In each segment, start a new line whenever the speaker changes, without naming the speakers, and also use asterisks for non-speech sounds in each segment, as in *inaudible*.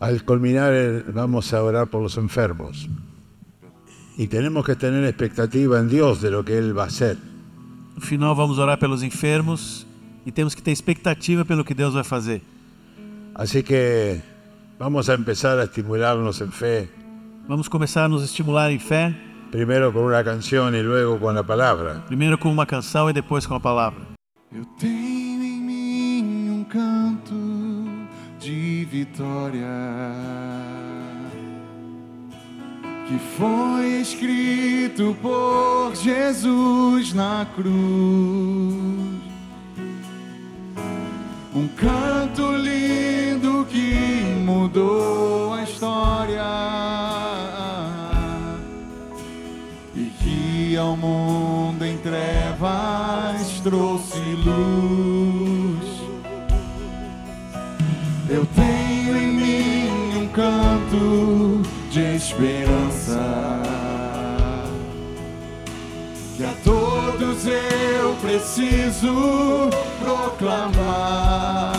Al culminar el- vamos a orar por los enfermos. Y tenemos que tener expectativa en Dios de lo que Él va a hacer.
No final, vamos orar pelos enfermos e temos que ter expectativa pelo que Deus vai fazer.
Así que vamos a empezar a estimularnos en fe,
Vamos começar a nos estimular em fé,
primero con una canción y luego con la palabra.
primeiro com uma canção e depois com a palavra.
Eu tenho em mim um canto de vitória que foi escrito por Jesus na cruz. Um canto lindo que mudou a história e que ao mundo em trevas trouxe luz. Eu tenho em mim um canto de esperança que a todos eu preciso proclamar.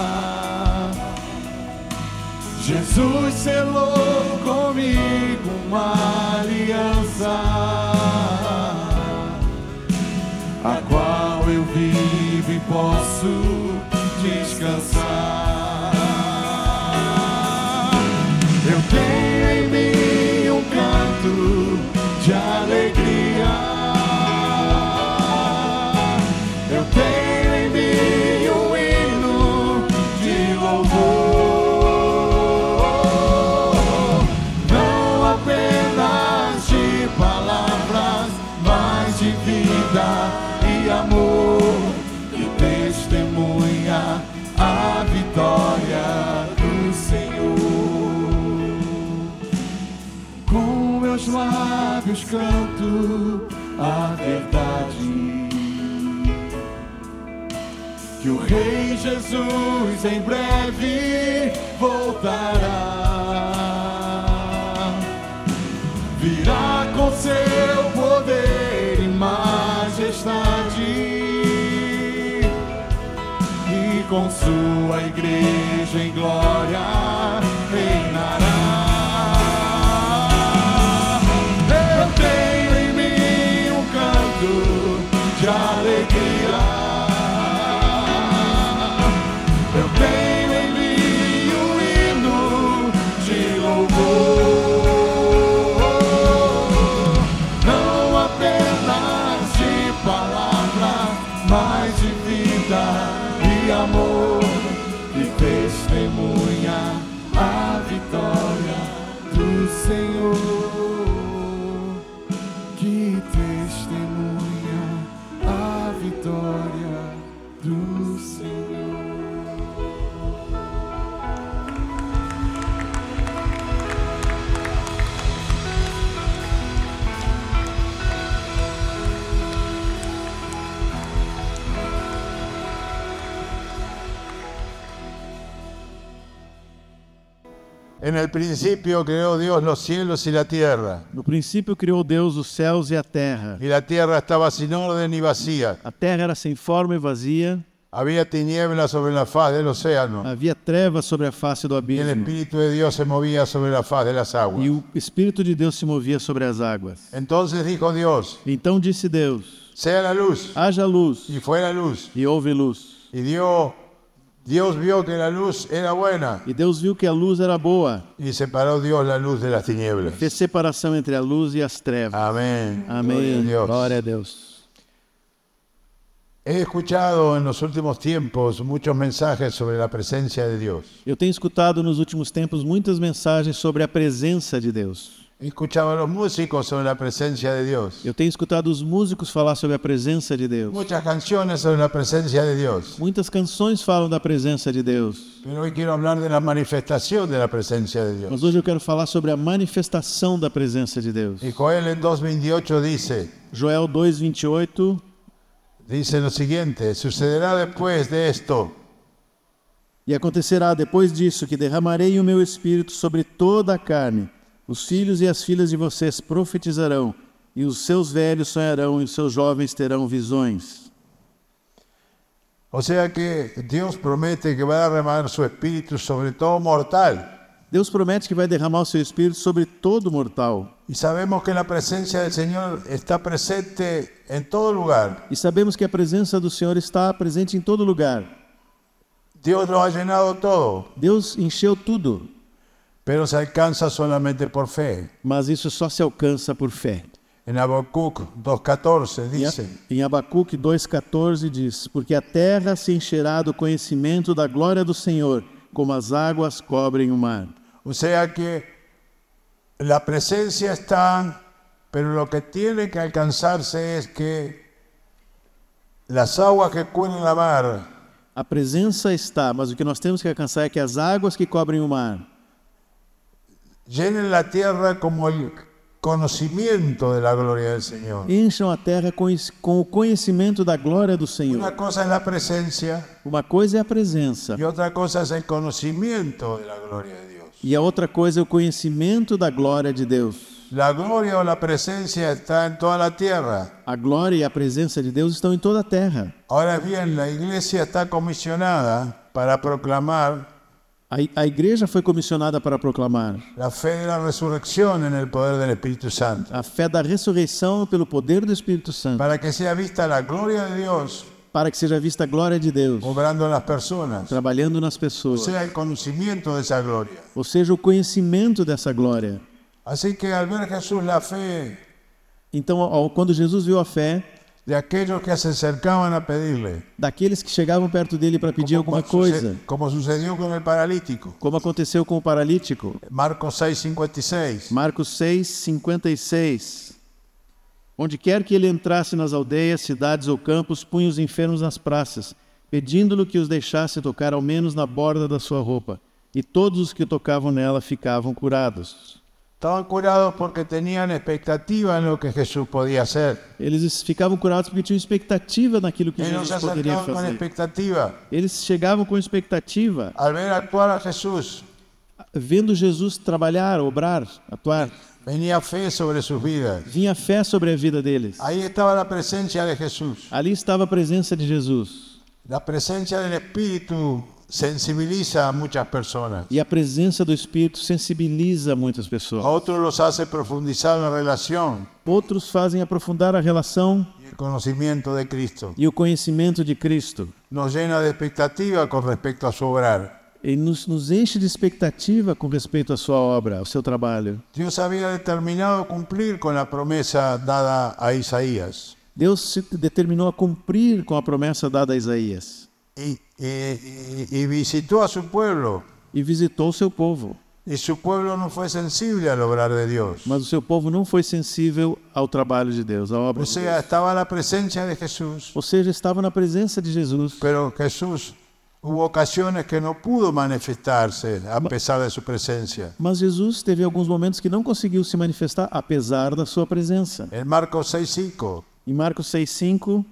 Jesus selou comigo uma aliança, a qual eu vivo e posso descansar. Eu tenho em mim um canto de alegria. Eu tenho em mim um hino de louvor, não apenas de palavras, mas de vida e amor que testemunha a vitória do Senhor. Com meus lábios canto a verdade que o Rei Jesus em breve voltará. Virá com seu poder e majestade e com sua igreja em glória reinará. Eu tenho em mim um canto de alegria. Eu tenho em mim um hino de louvor, não apenas de palavra, mas de vida e amor que testemunha a vitória do Senhor, que testemunha a vitória do Senhor.
En el principio creó Dios los cielos y la tierra.
No princípio criou Deus os céus e a terra.
Y la tierra estaba sin orden y vacía.
A terra era sem forma e vazia,
Había tinieblas sobre la faz del océano.
havia trevas sobre a face do
Y el
abismo,
Espíritu de Dios se movía sobre la faz de las
e
aguas.
o Espírito de Deus se movia sobre as águas.
Entonces dijo Dios,
Então disse Deus:
sea la luz.
Haja luz,
Y fue la luz.
e houve luz.
Y dio- Dios vio que la luz era buena.
E Deus viu que a luz era boa,
Y separó Dios la luz de las tinieblas.
fez separação entre a luz e as trevas.
Amén. Gloria a
Amém.
Dios.
Glória a Deus.
He escuchado en los últimos tiempos muchos mensajes sobre la presencia de Dios.
Eu tenho escutado nos últimos tempos muitas mensagens sobre a presença de Deus.
He escuchado a los músicos sobre la presencia de Dios.
Eu tenho escutado os músicos falar sobre a presença de Deus.
Muchas canciones sobre la presencia de Dios.
Muitas canções falam da presença de Deus.
Pero hoy quiero hablar de la manifestación de la presencia de Dios.
Mas hoje eu quero falar sobre a manifestação da presença de Deus.
Y Joel en 2.28 dice,
Joel 2:28
dice lo siguiente, sucederá después de esto
E acontecerá depois disso que derramarei o meu espírito sobre toda a carne. Os filhos e as filhas de vocês profetizarão, e os seus velhos sonharão, e os seus jovens terão visões.
O sea que Dios promete que va a derramar su espíritu sobre todo mortal.
Deus promete que vai derramar o seu espírito sobre todo mortal.
Y sabemos que la presencia del Señor está presente en todo lugar.
E sabemos que a presença do Senhor está presente em todo lugar.
Dios lo ha llenado todo,
Deus encheu tudo,
pero se alcanza solamente por fe.
mas isso só se alcança por fé.
En Habacuc 2.14
Em,
dice,
em Abacuque 2,14 diz: Porque a terra se encherá do conhecimento da glória do Senhor, como as águas cobrem o mar.
o sea que la presencia está, pero lo que tiene que alcanzarse es que las aguas que cubren la mar
A presença está, mas o que nós temos que alcançar é que as águas que cobrem o mar
llenen la tierra como el conocimiento de la gloria del Señor.
encham a terra com, es- com o conhecimento da glória do Senhor.
Una cosa es la presencia
Uma coisa é a presença,
y otra cosa es el conocimiento de la gloria de Dios.
e a outra coisa é o conhecimento da glória de Deus.
La gloria o la presencia está en toda la tierra.
A glória e a presença de Deus estão em toda a terra.
Ahora bien, la iglesia está comisionada para proclamar
A, i- a igreja foi comissionada para proclamar
la fe de la resurrección en el poder del Espíritu Santo,
a fé da ressurreição pelo poder do Espírito Santo,
para que sea vista la gloria de Dios
para que seja vista a glória de Deus
obrando en las personas,
trabalhando nas
o
pessoas,
sea, el conocimiento de esa gloria.
ou seja, o conhecimento dessa glória.
Así que al ver Jesús la fe
Então, ao- quando Jesus viu a fé,
de aquellos que se acercaban a pedirle,
daqueles que chegavam perto dele para pedir alguma
como suce-
coisa,
como sucedió con el paralítico,
como aconteceu com o paralítico.
Marcos 6:56,
Marcos 6, 56. Onde quer que ele entrasse nas aldeias, cidades ou campos, punha os enfermos nas praças, pedindo-lhe que os deixasse tocar ao menos na borda da sua roupa. E todos os que tocavam nela ficavam curados.
estaban curados porque tenían expectativa en lo que Jesús podía hacer.
Eles ficavam curados porque tinham expectativa naquilo que
Ellos se
Jesus poderia
acercaban con
fazer.
expectativa.
Eles chegavam com expectativa,
Al ver actuar a Jesús,
vendo Jesus trabalhar, obrar, atuar.
venía fe sobre sus vidas.
Vinha fé sobre a vida deles.
Ahí estaba la presencia de Jesús.
Ali estava a presença de Jesus.
La presencia del Espíritu sensibiliza a muchas personas.
E a presença do Espírito sensibiliza muitas
A
pessoas.
otros los hace profundizar la relación
Outros fazem aprofundar a relação
y el conocimiento de Cristo.
e o conhecimento de Cristo.
Nos llena de expectativa con respecto a su obrar.
E nos, nos enche de expectativa com respeito à sua obra, ao seu trabalho.
Dios había determinado cumplir con la promesa dada a Isaías.
Deus se determinou a cumprir com a promessa dada a Isaías
Y, y- y- y visitó a su pueblo.
e visitou o seu povo.
Y su pueblo no fue sensible al obrar de Dios.
Mas o seu povo não foi sensível ao trabalho de Deus, à obra
O
de
sea,
Deus.
estaba la presencia de Jesús,
Ou seja, estava na presença de Jesus.
pero Jesús hubo ocasiones que no pudo manifestarse a pesar de su presencia.
Mas Jesus teve alguns momentos que não conseguiu se manifestar, apesar da sua presença.
En Marcos 6:5
Em Marcos 6,5,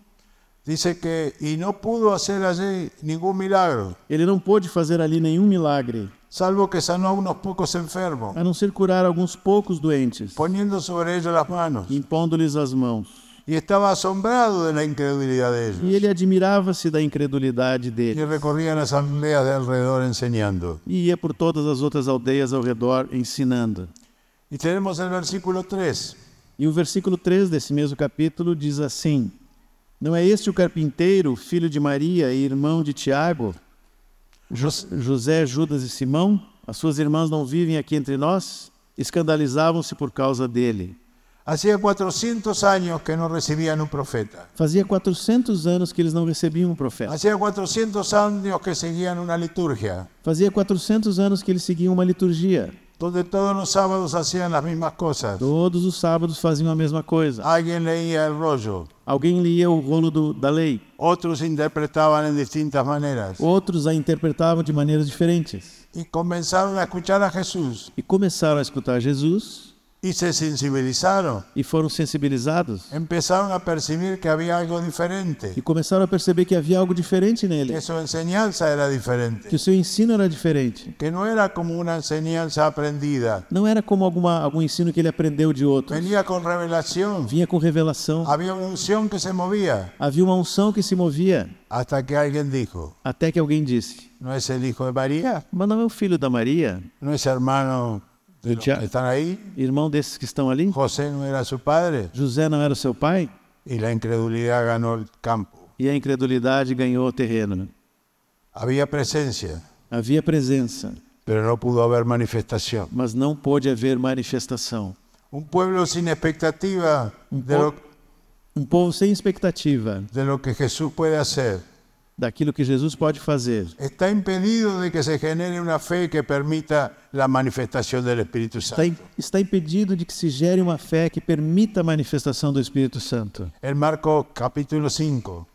dice que y no pudo hacer allí ningún milagro,
ele não pôde fazer ali nenhum milagre,
salvo que sanó a unos pocos enfermos,
a não ser curar alguns poucos doentes,
poniendo sobre ellos las manos.
impondo-lhes as mãos.
Y estaba asombrado de la incredulidad de
E
ellos.
ele admirava-se da incredulidade
Y
dele
recorrían las aldeas de alrededor enseñando.
e ia por todas as outras aldeias ao redor ensinando.
Y tenemos el versículo 3.
E o versículo 3 desse mesmo capítulo diz assim: Não é este o carpinteiro, filho de Maria e irmão de Tiago, Jo- José, Judas e Simão? As suas irmãs não vivem aqui entre nós? Escandalizavam-se por causa dele.
Hacía 400 años que no recibían un profeta.
Fazia 400 anos que eles não recebiam um profeta.
Hacía 400 años que seguían una liturgia,
Fazia 400 anos que eles seguiam uma liturgia.
donde todos los sábados hacían las mismas cosas.
Todos os sábados faziam a mesma coisa.
Alguien leía el rollo,
Alguém lia o rolo do- da lei,
otros interpretaban en distintas maneras.
outros a interpretavam de maneiras diferentes.
Y comenzaron a escuchar a Jesús
E começaram a escutar Jesus
y se sensibilizaron.
e foram sensibilizados
Empezaron a percibir que había algo
e
diferente,
começaram a perceber que havia algo diferente nele,
que su enseñanza era
que
diferente,
o seu ensino era diferente.
que no era como una enseñanza aprendida,
Não era como alguma, algum ensino que ele aprendeu de outro.
venía con revelación,
Vinha com revelação.
había una unción que se movía,
Havia uma unção que se movia
hasta que alguien dijo,
até que alguém disse:
no es el hijo de María,
Mas não é o filho da Maria,
no es hermano de los que
Ya.
están ahí.
irmão desses que estão ali?
José no era su padre
José não era seu pai?
y la incredulidad ganó el campo.
E a incredulidade ganhou o terreno.
Había presencia,
Havia presença,
pero no pudo haber manifestación.
mas não pôde haver manifestação.
Un pueblo sin expectativa de
po-
lo,
Um povo sem expectativa
de lo que Jesús puede hacer.
daquilo que Jesus pode fazer.
Está impedido de que se genere una fe que permita la manifestación del Espíritu
Está, im-
Santo.
está impedido de que se gere uma fé que permita a manifestação do Espírito Santo.
El Marcos capítulo 5,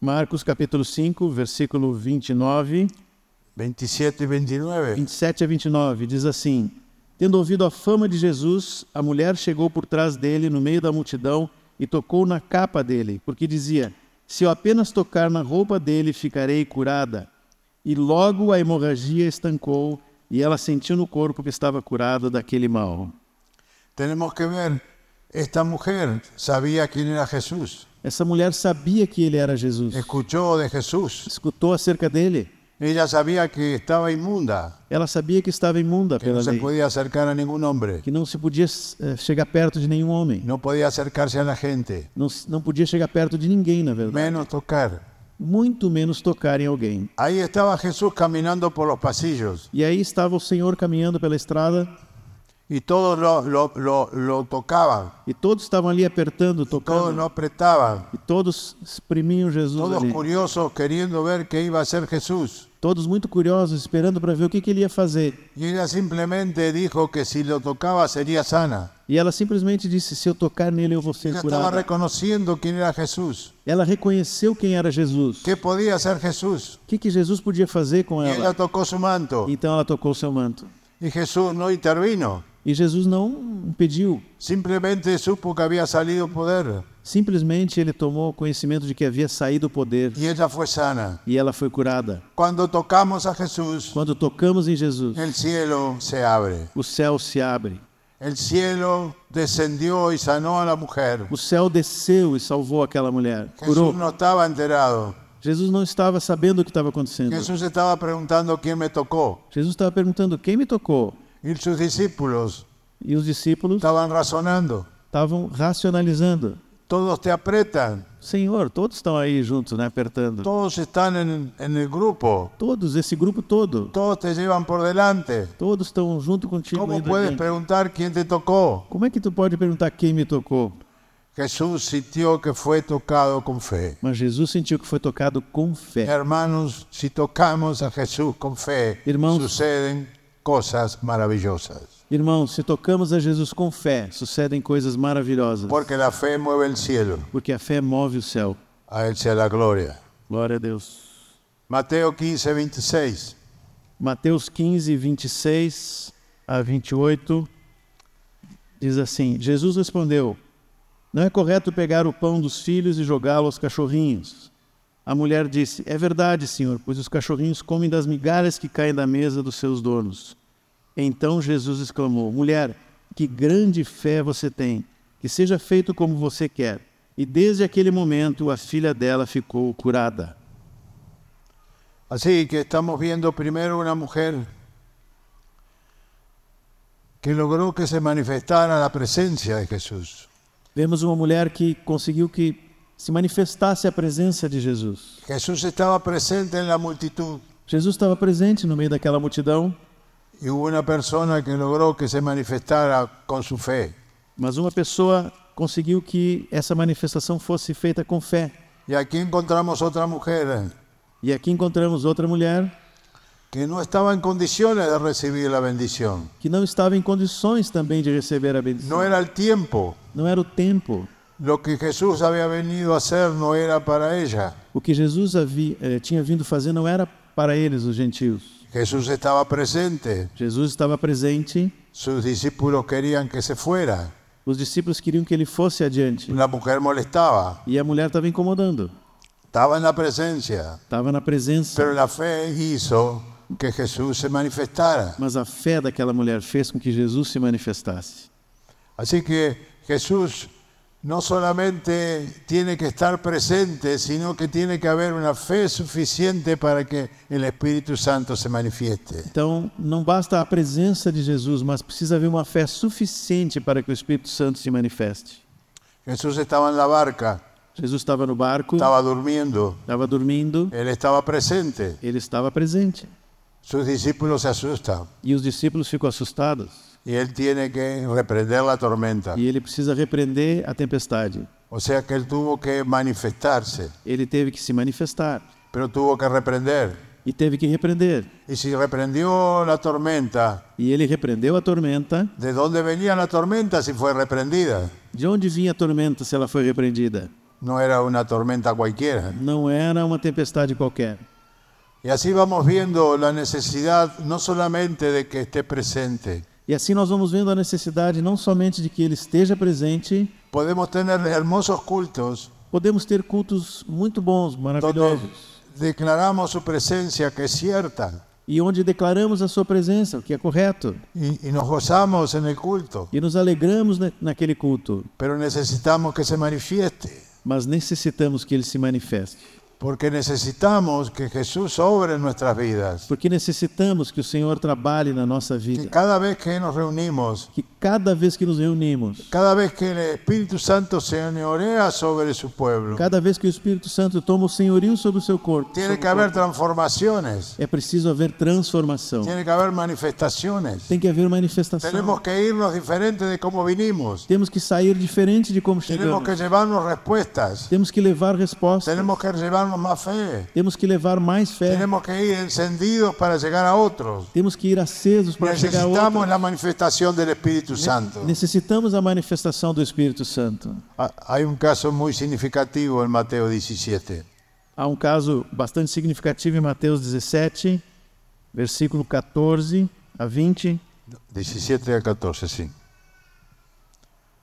Marcos capítulo 5, versículo 29,
27 y 29.
27 a 29, diz assim: Tendo ouvido a fama de Jesus, a mulher chegou por trás dele no meio da multidão e tocou na capa dele, porque dizia: Se eu apenas tocar na roupa dele, ficarei curada. E logo a hemorragia estancou e ela sentiu no corpo que estava curada daquele mal.
Tenemos que ver, esta mujer sabía quién era Jesús,
Essa mulher sabia que ele era Jesus,
É. escuchó de Jesús,
escutou acerca dele.
ella sabía que estaba inmunda,
Ela sabia que estava imunda
que no
pela
se
lei,
podía acercar a ningún hombre,
que não se podia eh, chegar perto de nenhum homem.
no podía acercarse a la gente,
não, se- não podia chegar perto de ninguém, na verdade.
menos tocar.
Muito menos tocar em alguém.
Ahí estaba Jesús caminando por los pasillos
E aí estava o Senhor caminhando pela estrada
y todos lo, lo- lo- lo tocaban,
e todos estavam ali apertando,
todos
tocando.
lo apretaban,
E todos exprimiam Jesus
todos
ali.
curiosos queriendo ver qué iba a hacer Jesús.
Todos muito curiosos, esperando para ver o que, que ele ia fazer.
Y ella simplemente dijo que si lo tocaba sería sana.
E ela simplesmente disse: Se eu tocar nele, eu vou ser
Ella estaba
curada.
reconociendo quién era Jesús,
Ela reconheceu quem era Jesus.
qué podía hacer Jesús.
O que, que Jesus podia fazer com
Y ella
ela?
tocó su manto
Então ela tocou o seu manto.
y Jesús no intervino,
E Jesus não impediu.
simplemente supo que había salido poder
Simplesmente ele tomou conhecimento de que havia saído o poder
y ella fue sana.
e ela foi curada.
Cuando tocamos a Jesús,
Quando tocamos em Jesus,
el cielo se abre.
o céu se abre.
El cielo descendió y sanó a la mujer.
O céu desceu e salvou aquela mulher. Curou.
Jesús no estaba enterado.
Jesus não estava sabendo o que estava acontecendo.
Jesús estaba preguntando quién me tocó.
Jesus estava perguntando quem me tocou.
Y sus discípulos
E os discípulos
estaban razonando.
estavam racionalizando.
Todos te apretan,
Senhor, todos estão aí juntos, né, apertando.
todos están en, en el grupo,
Todos, esse grupo todo.
todos te llevan por delante.
Todos estão junto contigo.
¿Cómo
indo
puedes
adiante.
preguntar quién te tocó?
Como é que tu pode perguntar quem me tocou?
Jesús sintió que fue tocado con fe.
Mas Jesus sentiu que foi tocado com
É.
fé.
Hermanos, si tocamos a Jesús con fe,
Hermanos.
suceden cosas maravillosas.
Irmãos, se tocamos a Jesus com fé, sucedem coisas maravilhosas.
Porque la fe mueve el cielo.
Porque a fé move o céu.
A Él sea la gloria.
Glória a Deus.
Mateo 15, 26.
Mateus 15, 26 a 28 diz assim: Jesus respondeu: Não é correto pegar o pão dos filhos e jogá-lo aos cachorrinhos. A mulher disse: É verdade, senhor, pois os cachorrinhos comem das migalhas que caem da mesa dos seus donos. Então Jesus exclamou: Mulher, que grande fé você tem, que seja feito como você quer. E desde aquele momento a filha dela ficou curada.
Así que estamos viendo primero una mujer que logró que se manifestara la presencia de Jesús.
Vemos uma mulher que conseguiu que se manifestasse a presença de Jesus.
Jesús estaba presente en la multitud
Jesus estava presente no meio daquela multidão,
y hubo una persona que logró que se manifestara con su fe.
mas uma pessoa conseguiu que essa manifestação fosse feita com fé.
Y aquí encontramos otra mujer
E aqui encontramos outra mulher
que no estaba en condiciones de recibir la bendición.
que não estava em condições também de receber a bendição.
No era el tiempo.
Não era o tempo.
Lo que Jesús había venido a hacer no era para ella.
O que Jesus havia, eh, tinha vindo fazer não era para eles, os gentios.
Jesús estaba presente.
Jesus estava presente,
Sus discípulos querían que se fuera.
os discípulos queriam que ele fosse adiante.
La mujer molestaba.
E a mulher estava incomodando,
Estaba en la presencia.
estava na presença.
Pero la fe hizo que Jesús se manifestara.
Mas a fé daquela mulher fez com que Jesus se manifestasse.
Así que Jesús no solamente tiene que estar presente, sino que tiene que haber una fe suficiente para que el Espíritu Santo se manifieste.
Então, não basta a presença de Jesus, mas precisa haver uma fé suficiente para que o Espírito Santo se manifeste.
Jesús estaba en la barca,
Jesus estava no barco,
estaba durmiendo,
estava dormindo,
él estaba presente.
ele estava presente.
Sus discípulos se asustan
E os discípulos ficam assustados.
y él tiene que reprender la tormenta.
E ele precisa repreender a tempestade.
O sea que él tuvo que manifestarse,
Ele teve que se manifestar
pero tuvo que reprender.
e teve que repreender.
Y si reprendió la tormenta,
E ele repreendeu a tormenta.
¿de dónde venía la tormenta si fue reprendida?
De onde vinha a tormenta se ela foi repreendida?
No era una tormenta cualquiera.
Não era uma tempestade qualquer.
Y así vamos viendo la necesidad no solamente de que esté presente,
E assim nós vamos vendo a necessidade não somente de que ele esteja presente,
podemos tener hermosos cultos
podemos ter cultos muito bons,
donde
maravilhosos,
declaramos su presencia que es cierta
e onde declaramos a sua presença, o que é correto,
y, y nos gozamos en el culto,
e nos alegramos na- naquele culto,
pero necesitamos que se manifieste,
mas necessitamos que ele se manifeste,
porque necesitamos que Jesús obre en nuestras vidas,
porque necessitamos que o Senhor trabalhe na nossa
que
vida,
cada vez que nos reunimos,
que cada vez que nos reunimos,
cada vez que el Espíritu Santo se señorea sobre su pueblo,
cada vez que o Espírito Santo toma o senhorio sobre o seu corpo,
tiene que haber transformaciones,
é preciso haver transformação,
tiene que haber manifestaciones.
tem que haver manifestação,
Tenemos que irnos diferente de cómo vinimos.
temos que sair diferente de como
Tenemos
chegamos,
que llevarnos respuestas.
temos que levar respostas.
Tenemos que llevarnos más fe.
Temos que levar mais fé.
Tenemos que ir encendidos para llegar a otros.
Temos que ir acesos para chegar a
Necesitamos
outro.
la manifestación del Espíritu Santo.
Necessitamos a manifestação do Espírito Santo.
Ha- Hay un caso muy significativo en Mateo 17.
Há um caso bastante significativo em Mateus 17, versículo 14 a 20.
17 al 14, sí.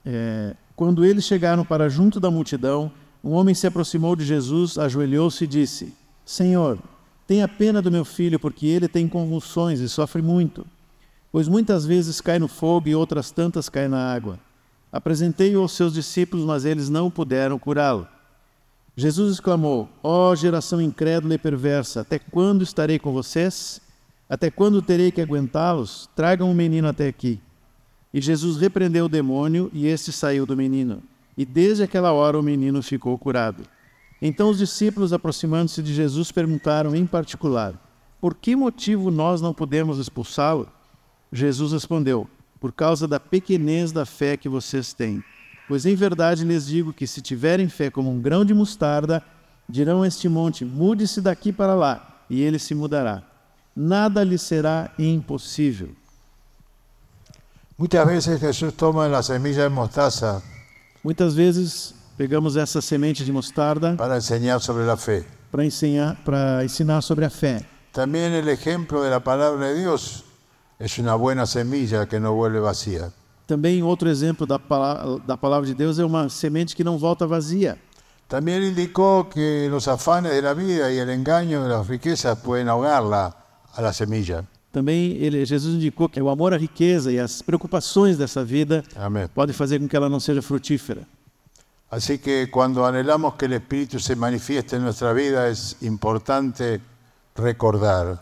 É, quando eles chegaram para junto da multidão, um homem se aproximou de Jesus, ajoelhou-se e disse: Senhor, tenha pena do meu filho, porque ele tem convulsões e sofre muito. Pois muitas vezes cai no fogo e outras tantas cai na água. Apresentei-o aos seus discípulos, mas eles não puderam curá-lo. Jesus exclamou: Ó geração incrédula e perversa, até quando estarei com vocês? Até quando terei que aguentá-los? Tragam o menino até aqui. E Jesus repreendeu o demônio, e este saiu do menino. E desde aquela hora o menino ficou curado. Então os discípulos, aproximando-se de Jesus, perguntaram em particular: Por que motivo nós não podemos expulsá-lo? Jesus respondeu: Por causa da pequenez da fé que vocês têm. Pois em verdade lhes digo que se tiverem fé como um grão de mostarda, dirão a este monte: Mude-se daqui para lá, e ele se mudará. Nada lhe será impossível.
Muchas veces Jesús toma la semilla de mostaza
Muitas vezes pegamos essa semente de mostarda
para enseñar sobre la fe.
para ensinar, para ensinar sobre a fé.
También el ejemplo de la palabra de Dios es una buena semilla que no vuelve vacía.
Também um outro exemplo da, pala- da palavra de Deus é uma semente que não volta vazia.
También indicó que los afanes de la vida y el engaño de las riquezas pueden ahogarla a la semilla.
Também ele, Jesus indicou que o amor à riqueza e as preocupações dessa vida
Amén.
podem fazer com que ela não seja frutífera.
Así que cuando anhelamos que el Espíritu se manifieste en nuestra vida es importante recordar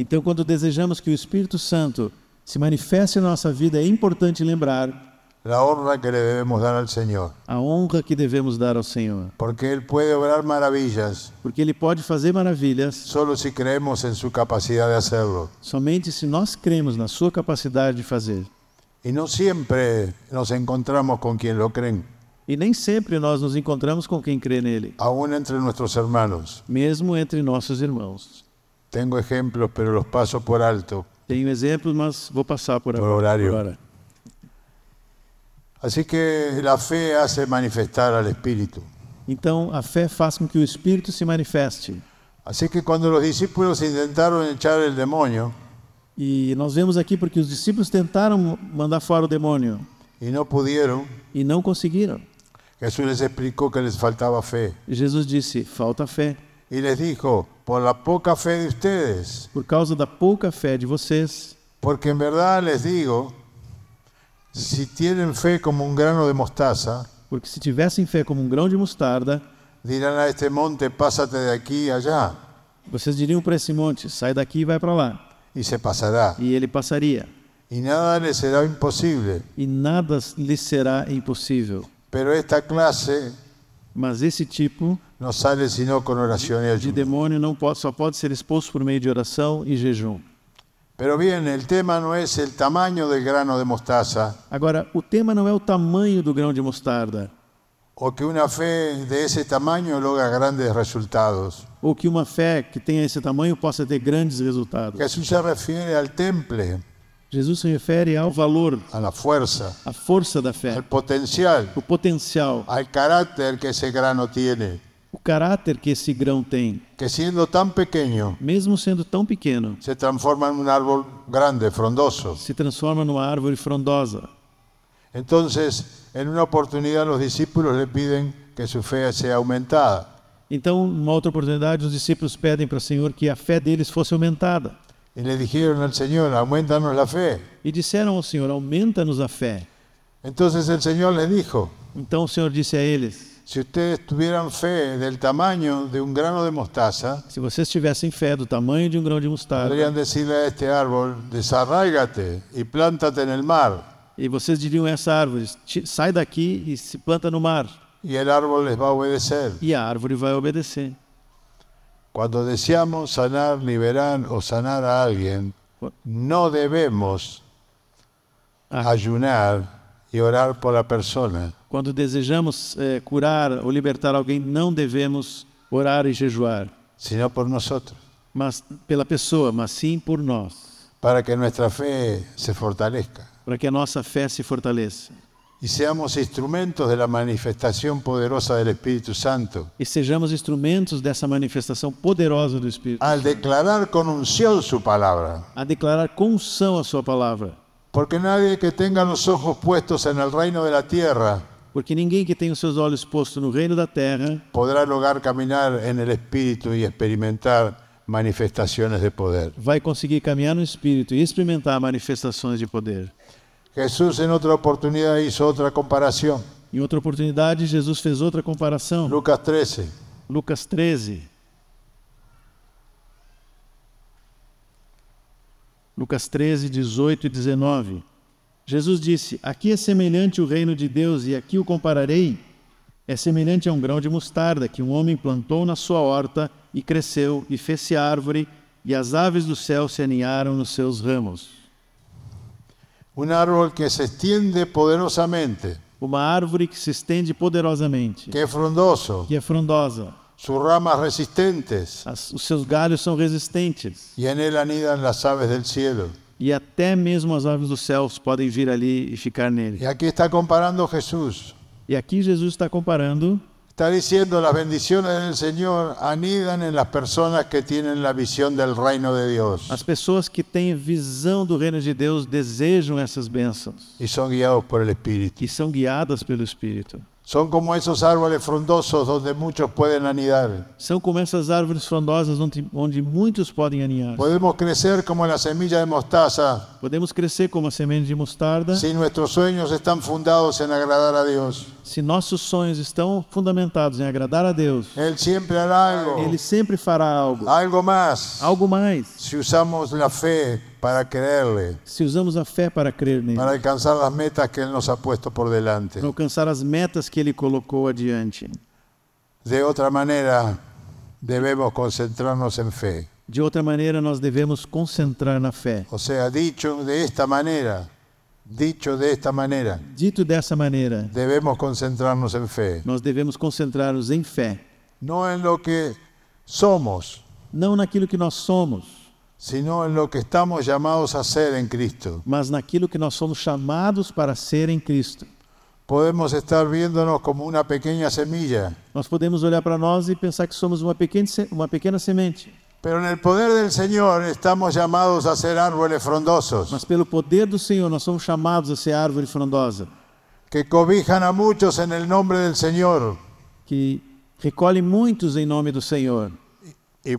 Então, quando desejamos que o Espírito Santo se manifeste na nossa vida, é importante lembrar
la honra que le debemos dar al Señor,
a honra que devemos dar ao Senhor,
porque Él puede obrar maravillas
porque Ele pode fazer maravilhas
solo si creemos en su capacidad de hacerlo.
somente se nós cremos na Sua capacidade de fazer.
Y no siempre nos encontramos con quien lo creen,
E nem sempre nós nos encontramos com quem crê nele,
aún entre nuestros hermanos.
mesmo entre nossos irmãos.
Tengo ejemplos, pero los paso por alto.
Tenho exemplos, mas vou passar por
Por
agora-
horário.
agora.
Así que la fe hace manifestar al Espíritu.
Então, a fé faz com que o Espírito se manifeste.
Así que cuando los discípulos intentaron echar el demonio
E nós vemos aqui porque os discípulos tentaram mandar fora o demônio
y no pudieron,
e não conseguiram.
Jesús les explicó que les faltaba fe.
Jesus disse: falta fé.
Y les dijo, por la poca fe de ustedes,
Por causa da pouca fé de vocês,
porque en verdad les digo, si tienen fe como un grano de mostaza,
Porque se tivessem fé como um grão de mostarda,
Dirán a este monte, pásate de aquí a allá,
vocês diriam para esse monte: sai daqui e vai para lá.
y se pasará.
E ele passaria.
Y nada le será imposible.
E nada lhe será impossível.
Pero esta clase
Mas esse tipo
no sale sino con oración y
de
ayuno.
demônio não pode, só pode ser exposto por meio de oração e jejum.
Pero bien, el tema no es el tamaño del grano de mostaza
Agora, o tema não é o tamanho do grão de mostarda,
o que una fe de ese tamaño logra grandes resultados.
ou que uma fé que tenha esse tamanho possa ter grandes resultados.
Jesús se refiere al temple,
Jesus se refere ao valor,
a la fuerza,
à força da fé,
al potencial,
o potencial,
al carácter que ese grano tiene,
o caráter que esse grão tem,
que siendo tan pequeño
mesmo sendo tão pequeno,
se transforma en un árbol grande, frondoso.
se transforma numa árvore frondosa.
Entonces, en una oportunidad los discípulos le piden que su fe sea aumentada.
Então, numa outra oportunidade, os discípulos pedem para o Senhor que a fé deles fosse aumentada.
Y le dijeron al Señor, aumentanos la fe.
E disseram ao Senhor: Aumenta-nos a fé.
Entonces el Señor les dijo,
Então o Senhor disse a eles:
si ustedes tuvieran fe del tamaño de un grano de mostaza,
Se vocês tivessem fé do tamanho de um grão de mostarda,
podrían decirle a este árbol, desarráigate y plántate en el mar.
e vocês diriam a essa árvore: "Ti- Sai daqui e se planta no mar.
Y el árbol les va a obedecer.
E a árvore vai obedecer.
Cuando deseamos sanar, liberar o sanar a alguien, no debemos
Ah.
ayunar y orar por la persona.
Quando desejamos eh, curar ou libertar alguém, não devemos orar e jejuar,
sino por nosotros,
mas pela pessoa, mas sim por nós,
para que nuestra fe se fortalezca
para que a nossa fé se fortaleça.
y seamos instrumentos de la manifestación poderosa del Espíritu Santo.
E sejamos instrumentos dessa manifestação poderosa do Espírito,
Al declarar con unción su palabra,
a declarar com unção a Sua palavra.
porque nadie que tenga los ojos puestos en el reino de la tierra
Porque ninguém que tem os seus olhos postos no reino da terra
podrá lograr caminar en el Espíritu y experimentar manifestaciones de poder.
vai conseguir caminhar no espírito e experimentar manifestações de poder.
Jesús en otra oportunidad hizo otra comparación,
Em outra oportunidade, Jesus fez outra comparação.
Lucas 13,
Lucas 13. Lucas 13, 18 e 19. Jesus disse: Aqui é semelhante o reino de Deus, e aqui o compararei. É semelhante a um grão de mostarda que um homem plantou na sua horta, e cresceu, e fez-se árvore, e as aves do céu se aninharam nos seus ramos.
un árbol que se extiende poderosamente,
Uma árvore que se estende poderosamente,
que es frondoso,
que é frondosa,
sus ramas resistentes,
as, os seus galhos são resistentes.
y en él anidan las aves del cielo.
E até mesmo as aves dos céus podem vir ali e ficar
Y
nele.
aquí está comparando Jesús.
E aqui Jesus está comparando,
Está diciendo las bendiciones del Señor anidan en las personas que tienen la visión del reino de
as
Dios
pessoas que têm visão do reino de Deus desejam essas bênçãos
y son guiados por el Espíritu.
e são guiadas pelo Espírito.
Son como esos árboles frondosos donde muchos pueden anidar.
São como essas árvores frondosas onde, onde muitos podem aninhar.
Podemos crecer como la semilla de mostaza
Podemos crescer como a semente de mostarda
si nuestros sueños están fundados en agradar a Dios.
se nossos sonhos estão fundamentados em agradar a Deus.
Él siempre hará algo,
Ele sempre fará algo,
algo más,
algo mais,
si usamos la fe para creerle.
se usamos a fé para crer nele,
para
para
alcanzar las metas que Él nos ha puesto por delante.
alcançar as metas que ele colocou adiante.
De otra manera, debemos concentrarnos en fe.
De outra maneira, nós devemos concentrar na fé.
O sea, dicho de esta manera, dicho de esta manera,
Dito dessa maneira,
debemos concentrarnos en fe.
nós devemos concentrar-nos em fé,
No en lo que somos,
não naquilo que nós somos,
sino en lo que estamos llamados a ser en Cristo.
mas naquilo que nós somos chamados para ser em Cristo.
Podemos estar viéndonos como una pequeña semilla,
Nós podemos olhar para nós e pensar que somos uma pequena, se- uma pequena semente,
pero en el poder del Señor estamos llamados a ser árboles frondosos
mas pelo poder do Senhor nós somos chamados a ser árvore frondosa,
que cobijan a muchos en el nombre del Señor.
que recolhe muitos em nome do Senhor.
y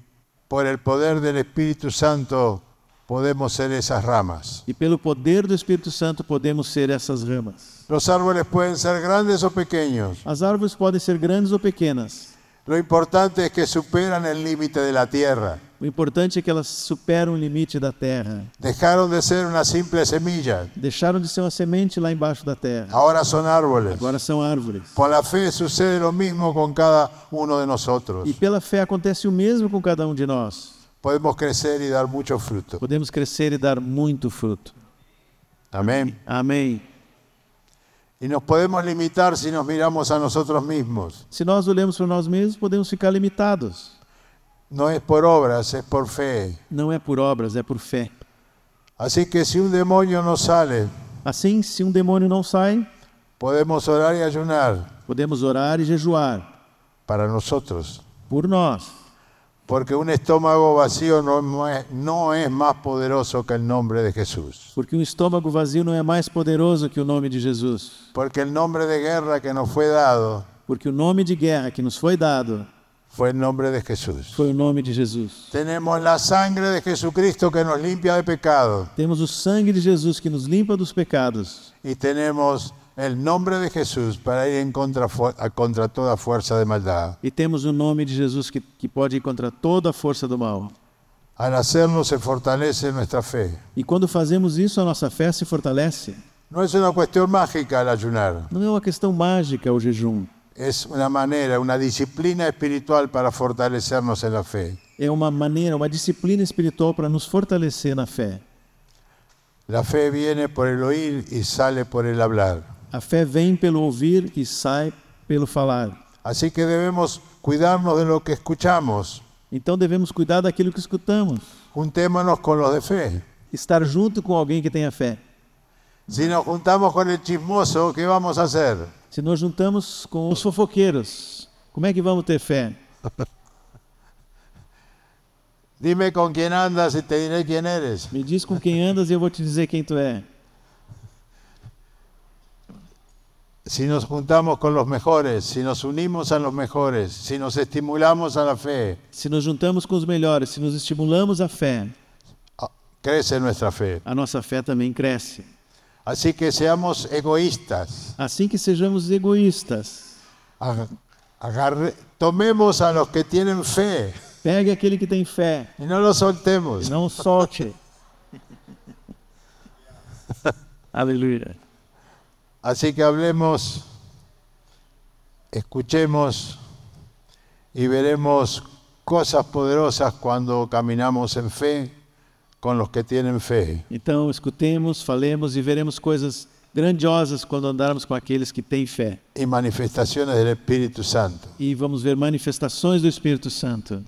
por el poder del Espíritu Santo podemos ser esas ramas.
E pelo poder do Espírito Santo podemos ser essas ramas.
Los árboles pueden ser grandes o pequeños.
As árvores podem ser grandes ou pequenas.
Lo importante es que superan el límite de la tierra.
O importante é que elas superam o limite da terra.
Dejaron de ser una simple semilla.
Deixaram de ser uma semente lá embaixo da terra.
Ahora son árboles.
Agora são árvores.
Por la fe sucede lo mismo con cada uno de nosotros.
E pela fé acontece o mesmo com cada um de nós.
Podemos crecer y dar mucho fruto.
Podemos crescer e dar muito fruto.
Amén.
Amém.
Y nos podemos limitar si nos miramos a nosotros mismos.
Se nós olhamos para nós mesmos, podemos ficar limitados.
No es por obras, es por fe.
Não é por obras, é por fé.
Así que si un demonio no sale,
Assim, se um demônio não sai,
podemos orar y ayunar
podemos orar e jejuar
para nosotros.
por nós.
Porque un estómago vacío no, no es, no es más poderoso que el nombre de Jesús.
Porque um estômago vazio não é mais poderoso que o nome de Jesus.
Porque el nombre de guerra que nos fue dado
Porque o nome de guerra que nos foi dado
fue el nombre de Jesús.
foi o nome de Jesus.
Tenemos la sangre de Jesucristo que nos limpia de pecado.
Temos o sangue de Jesus que nos limpa dos pecados.
Y tenemos el nombre de Jesús para ir en contra, fu- a contra toda fuerza de maldad.
E temos o nome de Jesus que, que pode ir contra toda a força do mal.
Al hacerlo se fortalece nuestra fe.
E quando fazemos isso, a nossa fé se fortalece.
No es una cuestión mágica el ayunar.
Não é uma questão mágica o jejum.
Es una manera, una disciplina espiritual para fortalecernos en la fe.
É uma maneira, uma disciplina espiritual para nos fortalecer na fé.
La fe viene por el oír y sale por el hablar.
A fé vem pelo ouvir e sai pelo falar.
Así que debemos cuidarnos de lo que escuchamos.
Então devemos cuidar daquilo que escutamos.
Juntémonos con los de fe.
Estar junto com alguém que tenha fé.
Si nos juntamos con el chismoso, ¿qué vamos a hacer?
Se nós juntamos com os fofoqueiros, como é que vamos ter fé?
Dime con quién andas y te diré quién eres.
Me diz com quem andas e eu vou te dizer quem tu é.
Si nos juntamos con los mejores, si nos unimos a los mejores, si nos estimulamos a la fe,
Se nos juntamos com os melhores, se nos estimulamos a fé,
a- crece nuestra fe.
a nossa fé também cresce.
Así que seamos egoístas.
Assim que sejamos egoístas,
Aga- agarre- tomemos a los que tienen fe
pegue aquele que tem fé
y no los
e
soltemos.
não solte. Aleluia.
Así que hablemos, escuchemos y veremos cosas poderosas cuando caminamos en fe con los que tienen fe.
Então, escutemos, falemos e veremos coisas grandiosas quando andarmos com aqueles que têm fé.
y manifestaciones del Espíritu Santo.
E vamos ver manifestações do Espírito Santo.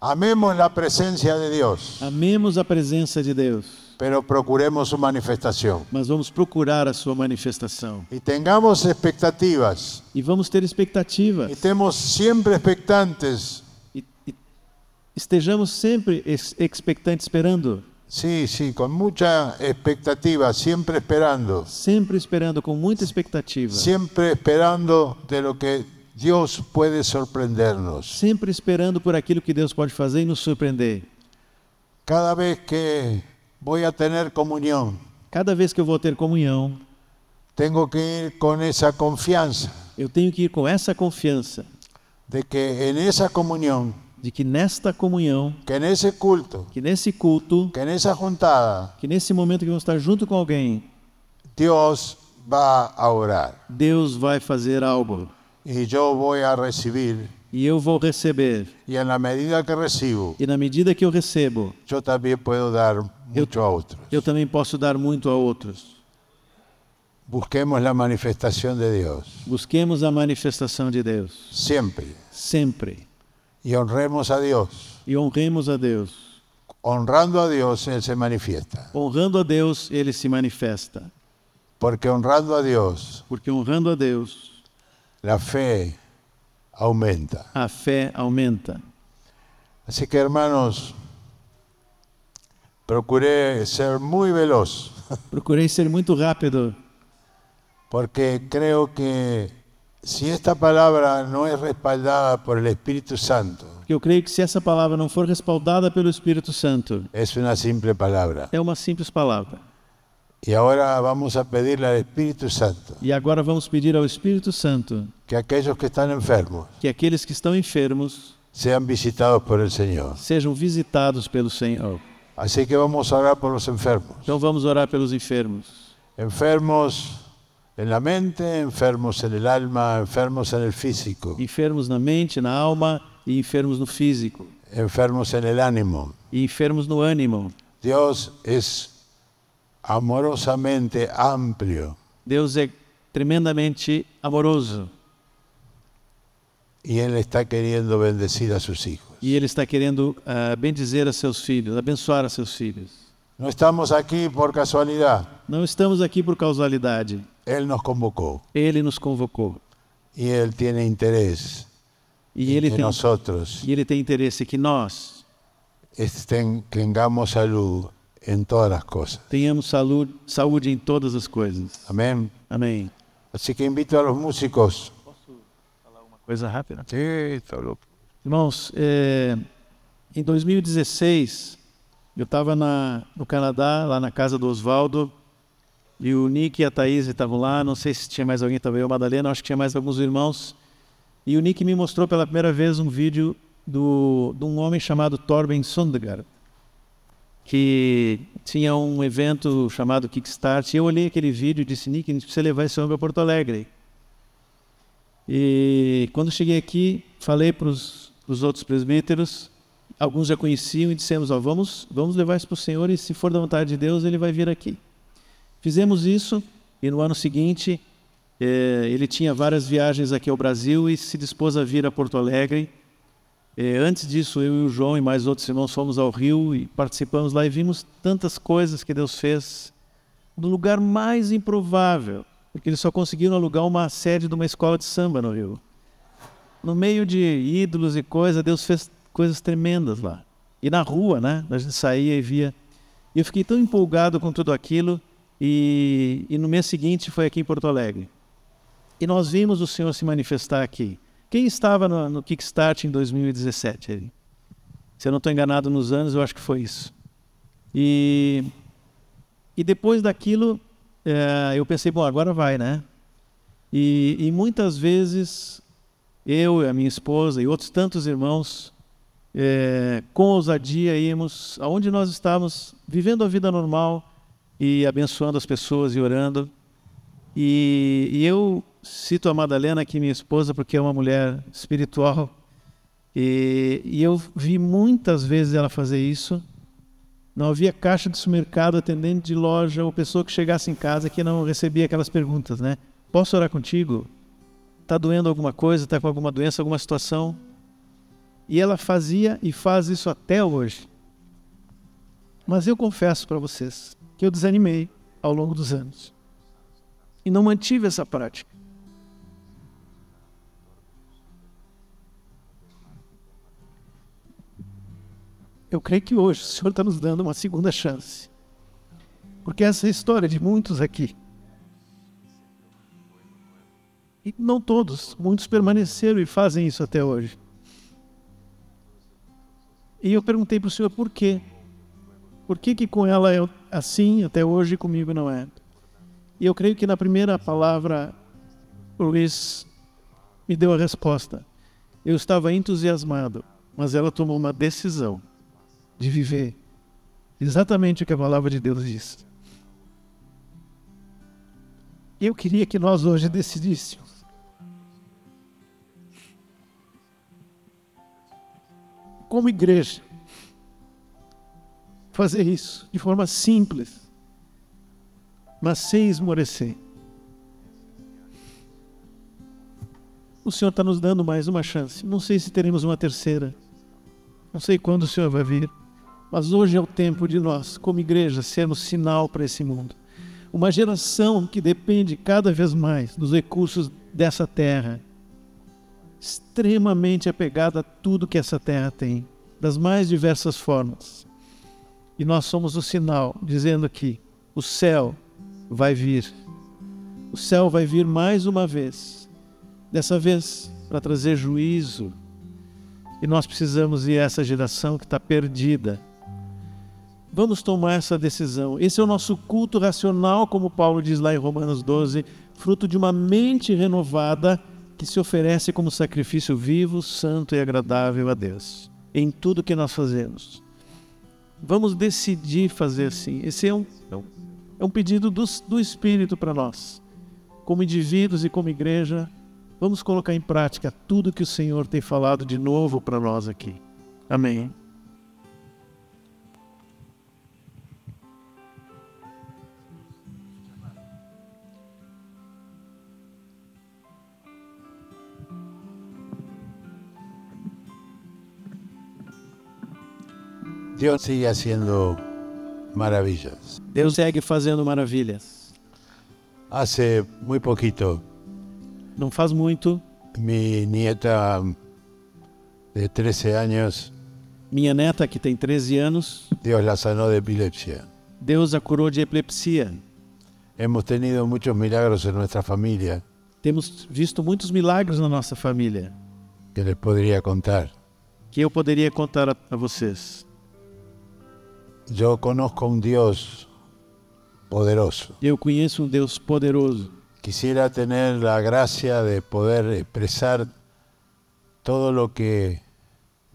Amemos la presencia de Dios,
Amemos a presença de Deus,
pero procuremos su manifestación.
mas vamos procurar a sua manifestação.
Y tengamos expectativas,
E vamos ter expectativa.
y estemos siempre expectantes.
E, e estejamos sempre ex- expectantes, esperando.
Sí, sí, con mucha expectativa, siempre esperando,
Sempre esperando, com muita expectativa.
siempre esperando de lo que Dios puede sorprendernos.
Sempre esperando por aquilo que Deus pode fazer e nos surpreender.
Cada vez que voy a tener comunión,
Cada vez que eu vou ter comunhão,
tengo que ir con esa confianza
eu tenho que ir com essa confiança
de que en esa comunión,
de que nesta comunhão,
que en ese culto,
que nesse culto,
que en esa juntada
que nesse momento que vamos estar junto com alguém,
Dios va a orar
Deus vai fazer algo
y yo voy a recibir
e eu vou receber.
y en la medida que recibo
E na medida que eu recebo,
yo también puedo dar mucho a otros.
eu também posso dar muito a outros.
Busquemos la manifestación de Dios
Busquemos a manifestação de Deus,
siempre
sempre.
y honremos a Dios.
E honremos a Deus.
Honrando a Dios Él se manifiesta,
Honrando a Deus, ele se manifesta.
porque honrando a Dios
Porque honrando a Deus,
la fe aumenta.
a fé aumenta.
Así que hermanos, procuré ser muy veloz.
Procurei ser muito rápido,
porque creo que si esta palabra no es respaldada por el Espíritu Santo,
Porque eu creio que se essa palavra não for respaldada pelo Espírito Santo,
es una simple palabra.
é uma simples palavra.
Y ahora vamos a pedirle al Espíritu Santo
E agora vamos pedir ao Espírito Santo
que aquellos que están enfermos
que aqueles que estão enfermos
sean visitados por el Señor.
sejam visitados pelo Senhor.
Así que vamos a orar por los enfermos.
Então vamos orar pelos enfermos.
Enfermos en la mente, enfermos en el alma, enfermos en el físico,
Enfermos na mente, na alma e enfermos no físico.
enfermos en el ánimo.
E enfermos no ânimo.
Dios es amorosamente amplio
Deus é tremendamente amoroso
y Él está queriendo bendecir a sus hijos.
e Ele está querendo ah, bendizer a seus filhos, abençoar a seus filhos.
No estamos aquí por casualidad.
Não estamos aqui por causalidade.
Él nos convocó
Ele nos convocou
y Él tiene interés
e Ele
en
tem,
nosotros
e ele tem interesse que nós
estén- tengamos salud en todas las cosas.
tenhamos saúde, saúde em todas as coisas.
Amén.
Amém.
Así que invito a los músicos.
Coisa rápida.
Sí, está loco.
Irmãos, é, em 2016, eu estava no Canadá, lá na casa do Oswaldo, e o Nick e a Thaís estavam lá, não sei se tinha mais alguém também, ou a Madalena, acho que tinha mais alguns irmãos. E o Nick me mostrou pela primeira vez um vídeo do, de um homem chamado Torben Sundgaard, que tinha um evento chamado Kickstart, e eu olhei aquele vídeo e disse, Nick, a gente precisa levar esse homem para Porto Alegre. E quando cheguei aqui, falei para os outros presbíteros, alguns já conheciam e dissemos: ó, vamos, vamos levar isso para o Senhor e se for da vontade de Deus, ele vai vir aqui. Fizemos isso e no ano seguinte eh, ele tinha várias viagens aqui ao Brasil e se dispôs a vir a Porto Alegre. Eh, antes disso, eu e o João e mais outros irmãos fomos ao Rio e participamos lá e vimos tantas coisas que Deus fez no lugar mais improvável, porque eles só conseguiram alugar uma sede de uma escola de samba no Rio. No meio de ídolos e coisa, Deus fez coisas tremendas lá. E na rua, né? A gente saía e via. E eu fiquei tão empolgado com tudo aquilo. E, e no mês seguinte foi aqui em Porto Alegre. E nós vimos o Senhor se manifestar aqui. Quem estava no, no Kickstart em 2017? Eli? Se eu não estou enganado nos anos, eu acho que foi isso. E e depois daquilo, eh, eu pensei, bom, agora vai, né? E, e muitas vezes eu e a minha esposa e outros tantos irmãos, eh, com ousadia, íamos aonde nós estávamos, vivendo a vida normal e abençoando as pessoas e orando. E, e eu cito a Madalena, que é minha esposa, porque é uma mulher espiritual. E, e eu vi muitas vezes ela fazer isso. Não havia caixa de supermercado, atendente de loja ou pessoa que chegasse em casa que não recebia aquelas perguntas, né? Posso orar contigo? Tá doendo alguma coisa? Tá com alguma doença, alguma situação? E ela fazia e faz isso até hoje. Mas eu confesso para vocês que eu desanimei ao longo dos anos e não mantive essa prática. Eu creio que hoje o Senhor está nos dando uma segunda chance. Porque essa é a história de muitos aqui. E não todos, muitos permaneceram e fazem isso até hoje. E eu perguntei para o Senhor por quê. Por que, que com ela é assim até hoje e comigo não é? E eu creio que na primeira palavra, o Luiz me deu a resposta. Eu estava entusiasmado, mas ela tomou uma decisão de viver exatamente o que a palavra de Deus diz. E Eu queria que nós hoje decidíssemos. Como igreja, fazer isso de forma simples, mas sem esmorecer. O Senhor está nos dando mais uma chance. Não sei se teremos uma terceira. Não sei quando o Senhor vai vir. Mas hoje é o tempo de nós, como igreja, sermos sinal para esse mundo. Uma geração que depende cada vez mais dos recursos dessa terra, extremamente apegada a tudo que essa terra tem, das mais diversas formas. E nós somos o sinal, dizendo que o céu vai vir. O céu vai vir mais uma vez, dessa vez para trazer juízo. E nós precisamos ir a essa geração que está perdida. Vamos tomar essa decisão. Esse é o nosso culto racional, como Paulo diz lá em Romanos 12, fruto de uma mente renovada que se oferece como sacrifício vivo, santo e agradável a Deus, em tudo que nós fazemos. Vamos decidir fazer assim. Esse é um, é um pedido do, do Espírito para nós. Como indivíduos e como igreja, vamos colocar em prática tudo que o Senhor tem falado de novo para nós aqui. Amém.
Dios sigue haciendo maravillas.
Deus segue fazendo maravilhas.
Hace muy poquito
Não faz muito,
mi nieta de 13 años,
minha neta, que tem 13 anos,
Dios la sanó de epilepsia.
Deus a curou de epilepsia.
Hemos tenido muchos milagros en nuestra familia
Temos visto muitos milagres na nossa família,
que les podría contar.
que eu poderia contar a, a vocês.
Yo conozco un Dios poderoso.
Eu conheço um Deus poderoso.
Quisiera tener la gracia de poder expresar todo lo que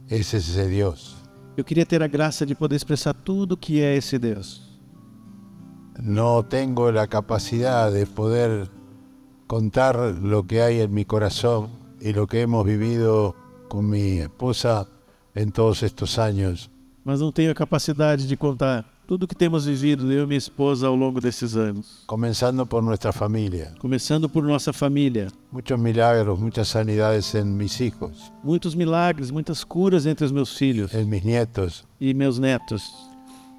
es ese Dios.
Eu queria ter a graça de poder expressar tudo o que é esse Deus.
No tengo la capacidad de poder contar lo que hay en mi corazón y lo que hemos vivido con mi esposa en todos estos años.
Mas não tenho a capacidade de contar tudo o que temos vivido, eu e minha esposa, ao longo desses anos.
comenzando por nuestra familia.
Começando por nossa família.
Muchos milagros, muchas sanidades en mis hijos,
Muitos milagres, muitas curas entre os meus filhos
en mis nietos
e meus netos.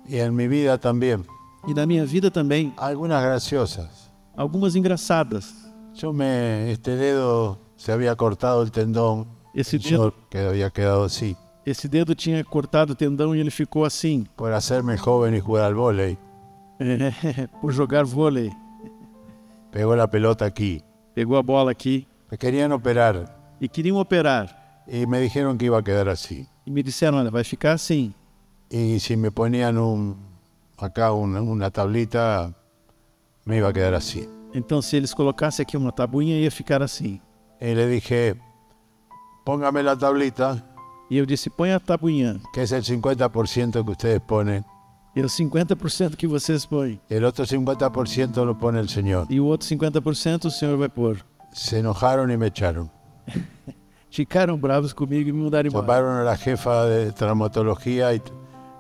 y en mi vida también.
E na minha vida também,
Algunas graciosas.
algumas engraçadas.
Yo me, este dedo se había cortado el tendón,
Esse
yo
dedo,
que había quedado así,
esse dedo tinha cortado o tendão e ele ficou assim, *laughs*
por hacerme joven y jugar al vóley.
por jogar vôlei.
Pegó la pelota aquí.
Pegou a bola aqui
Me querían operar
e queriam operar.
y me dijeron que iba a quedar así.
E me disseram, olha, vai ficar assim.
Y si me ponían un, acá una, una tablita, me iba a quedar así.
Então, se eles colocassem aqui uma tabuinha, ia ficar assim.
Y le dije, póngame la tablita,
E eu disse, põe a tabuinha.
que es el 50% que ustedes ponen.
E o 50% que vocês põem.
El otro 50% lo pone el Señor.
E o outro 50% o senhor vai pôr.
Se enojaron y me echaron.
Ficaram bravos comigo e me mandaram embora.
Llamaron a la jefa de traumatología y,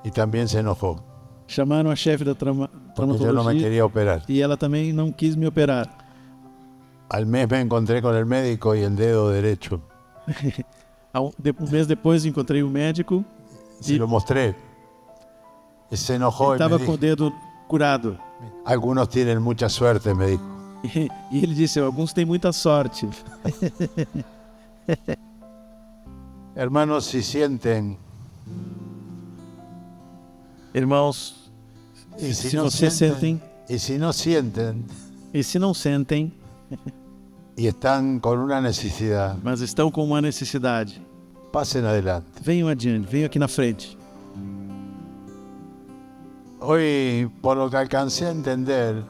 y también se enojó.
Chamaram a chefe da trauma,
Porque yo no me
traumatologia
quería operar.
e ela também não quis me operar.
Al mes me encontré con el médico y el dedo derecho.
Há Um de- um mês depois encontrei o médico
Se
Y-
lo mostré. Y se enojó
Ele
y me
estava com
dijo,
o dedo curado.
algunos tienen mucha suerte, me dijo.
E, e ele disse: Alguns têm muita sorte.
Hermanos, si sienten,
Irmãos,
y si
se
no
vocês
sienten,
sentem,
y si no sienten,
e se não sentem,
y están con una necesidad,
mas estão com uma necessidade,
pasen adelante.
venham adiante, venham aqui na frente.
Hoy, por lo que alcancé a entender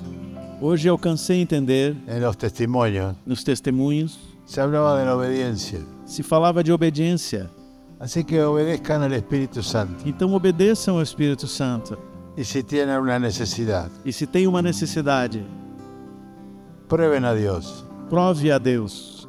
Hoje eu alcancei a entender,
en los testimonios,
nos testemunhos,
se hablaba de la obediencia.
se falava de obediência.
Así que obedezcan al Espíritu Santo.
Então obedeçam ao Espírito Santo.
Y si tienen una necesidad,
E se tem uma necessidade,
prueben a Dios.
prove a Deus.